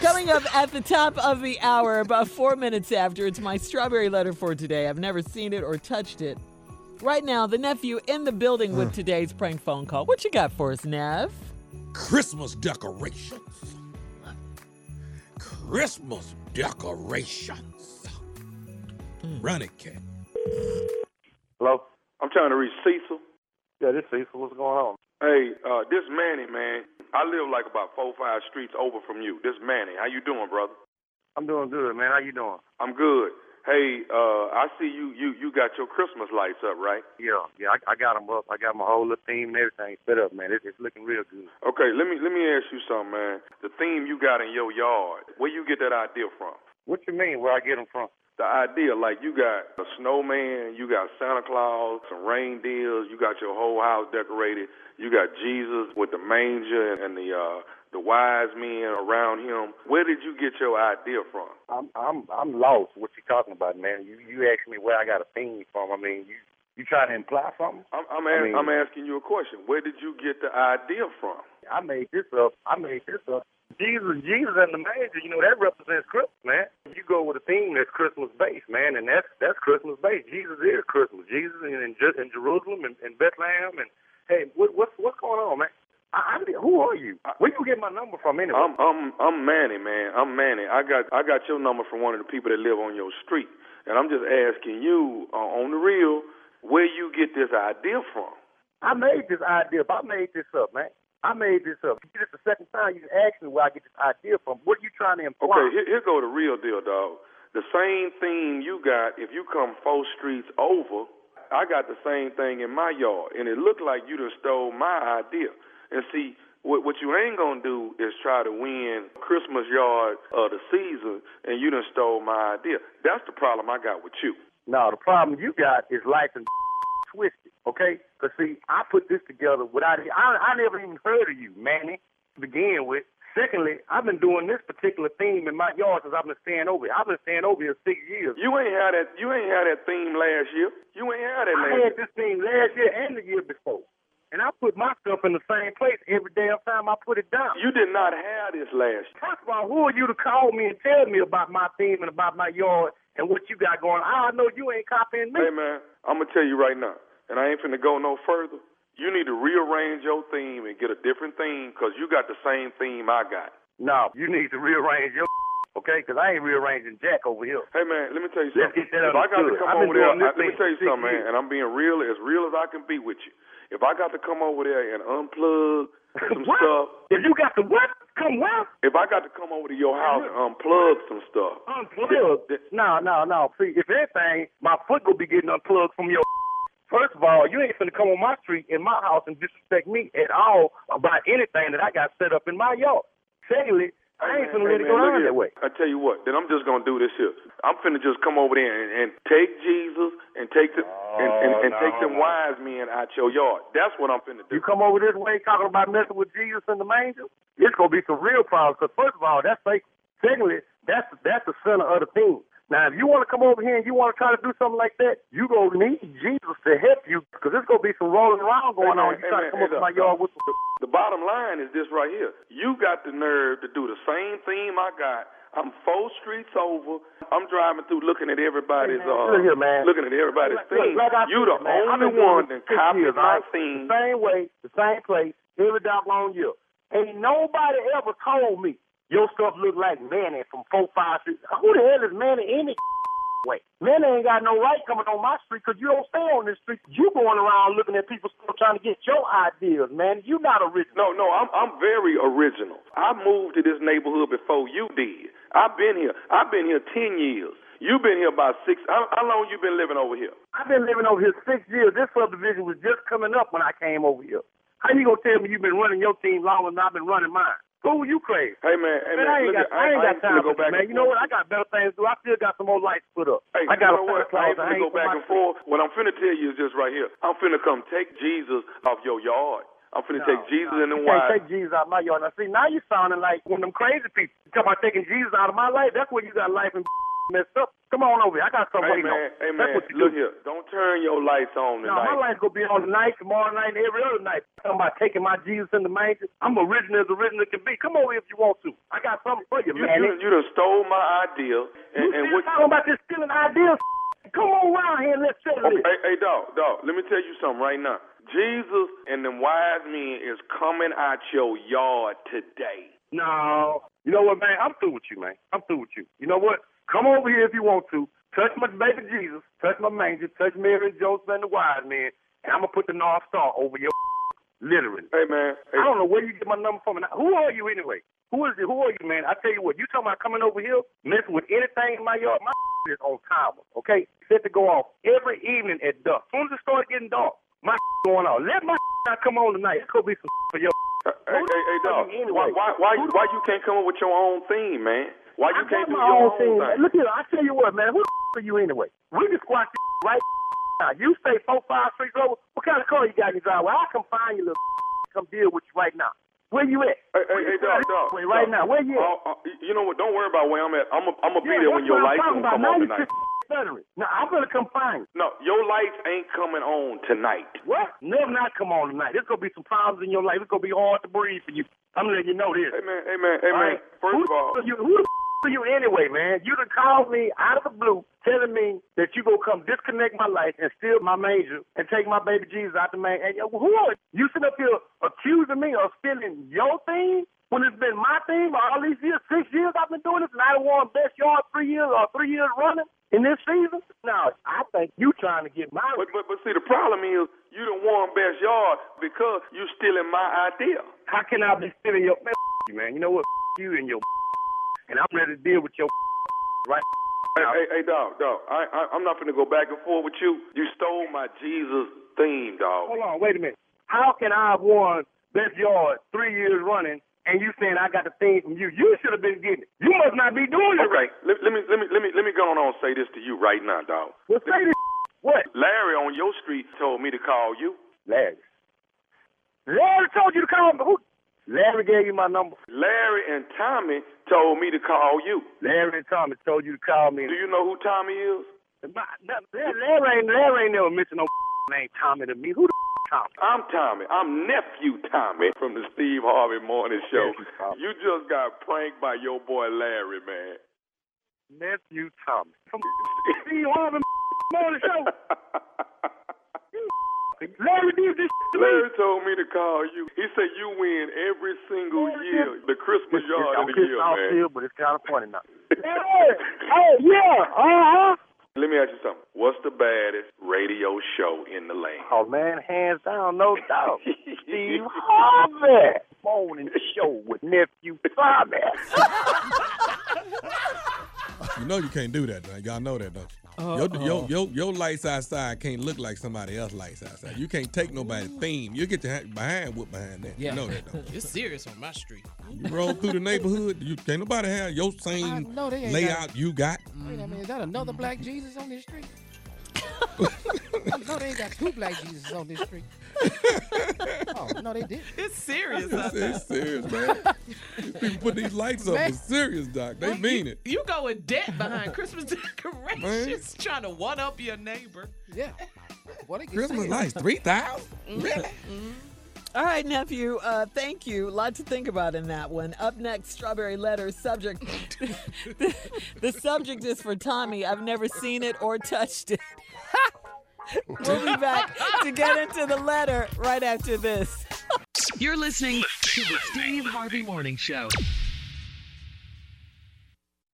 Coming up at the top of the hour, about four minutes after, it's my strawberry letter for today. I've never seen it or touched it. Right now, the nephew in the building with today's prank phone call. What you got for us, Nev? Christmas decorations. Christmas decorations. Run it, cat. Hello? I'm trying to reach Cecil. Yeah, this Cecil, what's going on? Hey, uh, this Manny, man. I live like about four, five streets over from you. This Manny, how you doing, brother? I'm doing good, man. How you doing? I'm good. Hey, uh, I see you, you, you got your Christmas lights up, right? Yeah, yeah, I, I got 'em up. I got my whole little team and everything set up, man. It's, it's looking real good. Okay, let me, let me ask you something, man. The theme you got in your yard, where you get that idea from? What you mean? Where I get 'em from? The idea, like you got a snowman, you got Santa Claus, some reindeers, you got your whole house decorated, you got Jesus with the manger and, and the uh, the wise men around him. Where did you get your idea from? I'm I'm I'm lost. What you talking about, man? You you asking me where I got a theme from? I mean, you you trying to imply something? I'm I'm, I a- mean- I'm asking you a question. Where did you get the idea from? I made this up. I made this up. Jesus, Jesus and the manger, you know, that represents Christmas, man. You go with a theme that's Christmas based, man, and that's that's Christmas based. Jesus is Christmas. Jesus in in, Jer- in Jerusalem and, and Bethlehem, and hey, what, what's what's going on, man? I, I'm, who are you? Where you get my number from anyway? I'm I'm I'm Manny, man. I'm Manny. I got I got your number from one of the people that live on your street, and I'm just asking you uh, on the real where you get this idea from. I made this idea up. I made this up, man. I made this up. This is the second time you asked me where I get this idea from. What are you trying to imply? Okay, here, here go the real deal, dog. The same thing you got if you come four streets over, I got the same thing in my yard, and it looked like you done stole my idea. And see, what what you ain't gonna do is try to win Christmas yard of the season, and you done stole my idea. That's the problem I got with you. No, the problem you got is life and twisted, okay? Because, see, I put this together without it. I, I never even heard of you, Manny, to begin with. Secondly, I've been doing this particular theme in my yard since I've been staying over here. I've been staying over here six years. You ain't had that. You ain't had that theme last year. You ain't had that I last had year. this theme last year and the year before. And I put my stuff in the same place every damn time I put it down. You did not have this last year. First of all, who are you to call me and tell me about my theme and about my yard and what you got going on? I know you ain't copying me. Hey man, I'm gonna tell you right now, and I ain't finna go no further. You need to rearrange your theme and get a different theme 'cause you got the same theme I got. No, you need to rearrange your okay? Because I ain't rearranging Jack over here. Hey man, let me tell you Let's get something. that if I got understood. to come I've been over there, doing this I, let me thing tell you for six something, man, years. and I'm being real, as real as I can be with you. If I got to come over there and unplug some what? stuff, If you got the what? Come what? if I got to come over to your house and unplug some stuff, Unplugged. No, no, no. See, if anything, my foot gonna be getting unplugged from your. First of all, you ain't finna come on my street in my house and disrespect me at all about anything that I got set up in my yard. Secondly, I ain't finna let it go look down here. that way. I tell you what, then I'm just gonna do this here. I'm finna just come over there and, and take Jesus and take the and, and, and Oh, take no, them no. wise men out your yard. That's what I'm finna You do. come over this way talking about messing with Jesus in the manger, it's gonna be some real problems. Cause first of all, that's fake. Secondly, that's that's the center of the thing. Now, if you want to come over here and you want to try to do something like that, you gonna need Jesus to help you, cause there's gonna be some rolling around going Hey, man, on. You hey, try man, to come hey, over to look, my yard with some. The bottom line is this right here. You got the nerve to do the same thing I got. I'm four streets over. I'm driving through looking at everybody's Hey, man, uh look here, man. looking at everybody's Look, thing. like I you said, the man, I've only been doing one this that six copied years, my all right? thing. The same way, the same place, every doggone year. Ain't nobody ever told me your stuff look like Manny from four five six. Who the hell is Manny any way? Manny ain't got no right coming on my street 'cause you don't stay on this street. You going around looking at people's stuff trying to get your ideas, man. You not original. No, no, I'm I'm very original. I moved to this neighborhood before you did. I've been here. I've been here ten years. You've been here about six. How, how long you been living over here? I've been living over here six years. This subdivision was just coming up when I came over here. How you gonna tell me you've been running your team longer than I've been running mine? Who you crazy? Hey man, hey Man, man, I ain't look got, here, I ain't got finna time for go this, back man. and You know what? I forth. got better things to do. I still got some more lights put up. Hey, I got a you know what? I ain't Santa Claus. finna go for my back and shit. forth. What I'm finna tell you is just right here. I'm finna come take Jesus off your yard. I'm finna take Jesus and You them can't wives. take Jesus out of my yard. Now, see, now you sounding like one of them crazy people. You talking about taking Jesus out of my life? That's where you got life and messed up. Come on over here. I got something Hey waiting on. man, hey That's man, what you look do. here. Don't turn your lights on No, my tonight. light's gonna be on tonight, tomorrow night, and every other night. Talking about taking my Jesus in the manger. I'm original as original can be. Come over if you want to. I got something for you, you, man. you, done- you done stole my idea. you And, and still what, talking about this stealing ideas? Come on around here and let's settle this. Okay, hey, hey, dog, dog. Let me tell you something right now. Jesus and them wise men is coming out your yard today. No. You know what, man? I'm through with you, man. I'm through with you. You know what? Come over here if you want to. Touch my baby Jesus. Touch my manger. Touch Mary and Joseph and the wise men. And I'm going to put the North Star over your literally. Hey, man. Hey, I don't know where you get my number from. And I- who are you anyway? Who is it? Who are you, man? I tell you what, you talking about coming over here, messing with anything in my yard? My is on timer, okay? Set to go off every evening at dusk. As soon as it starts getting dark, my going off. Let my not come on tonight. It's going to be some for your. hey, hey, hey, the fuck dog. are you anyway? Why, why, why, Who the- why you can't come up with your own theme, man? Why you I can't got do my your own own thing. thing? Look here, I tell you what, man. Who the are you anyway? We can squash this right now. You stay four, five streets over. What kind of car you got in your driveway? I come find you, little. Come deal with you right now. Where you at? Hey, hey, hey, dog, dog. Wait, right dog. now. Where you at? Oh, oh, you know what? Don't worry about where I'm at. I'm gonna I'm gonna be Yeah, there that's when what your I'm lights talking gonna about. come on now tonight. You stuttering. Now I'm gonna come find you. No, your lights ain't coming on tonight. What? Never not come on tonight. There's gonna be some problems in your life. It's gonna be hard to breathe for you. I'm letting you know this. Hey, man. Hey, man. Hey, All man. right? First who of all, the f- are you, who the f- are you anyway, man? You done called me out of the blue, telling me that you gonna come disconnect my life and steal my major and take my baby Jesus out the man. And yo, who are you? you sitting up here accusing me of stealing your thing when it's been my thing for all these years, six years I've been doing this, and I done won best yard three years or three years running in this season. Now I think you trying to get my. But, but but see, the problem is you done won best yard because you stealing my idea. How can I be stealing your man? f- You man, you know what? F- You and your, and I'm ready to deal with your right. Hey, hey, hey dog, dog. I, I I'm not gonna go back and forth with you. You stole my Jesus theme, dog. Hold on, wait a minute. How can I have won best yard three years running and you saying I got the thing from you? You should have been getting it. You must not be doing it right. Okay, let, let me let me let me let me go on and say this to you right now, dog. Well, say this. What? Larry on your street told me to call you. Larry. Larry told you to call me. Who? Larry gave you my number. Larry and Tommy told me to call you. Larry and Thomas told you to call me. Do you know who Tommy is? My, no, Larry, ain't, Larry ain't never mentioned no name Tommy to me. Who the Tommy? I'm Tommy. I'm nephew Tommy from the Steve Harvey Morning Show. Nephew Tommy. You just got pranked by your boy Larry, man. Nephew Tommy. Come see you on the morning show. Larry did this to me. Larry told me to call you. He said you win every single year, the Christmas yard of the year, off man. Oh, field, but it's kind of funny now. Hey, hey, yeah, Uh-huh. uh huh. Let me ask you something. What's the baddest radio show in the land? Oh man, hands down, no doubt. Steve Harvey, morning show with nephew Tommy. You know you can't do that, though. Y'all know that, don't you? Your, your, your, your lights outside can't look like somebody else's lights outside. You can't take nobody's theme. You get your hand behind whoop behind that. Yeah. You know that, don't It's serious on my street. you? You roll through the neighborhood, you can't nobody have your I same know they ain't layout you got. Got, wait a minute, is that another black Jesus on this street? I know Oh, they ain't got two black Jesus on this street. oh no, they did. It's serious. It's, it's serious, man. These people put these lights up. Man. It's serious, Doc. They mean it. You go in debt behind Christmas decorations, decorations, trying to one up your neighbor. Yeah. Well, they can say Christmas it. lights, 3,000? Really? All right, nephew. Uh, thank you. A lot to think about in that one. Up next, strawberry letter subject. the, the subject is for Tommy. I've never seen it or touched it. we'll be back to get into the letter right after this. You're listening to the Steve Harvey Morning Show.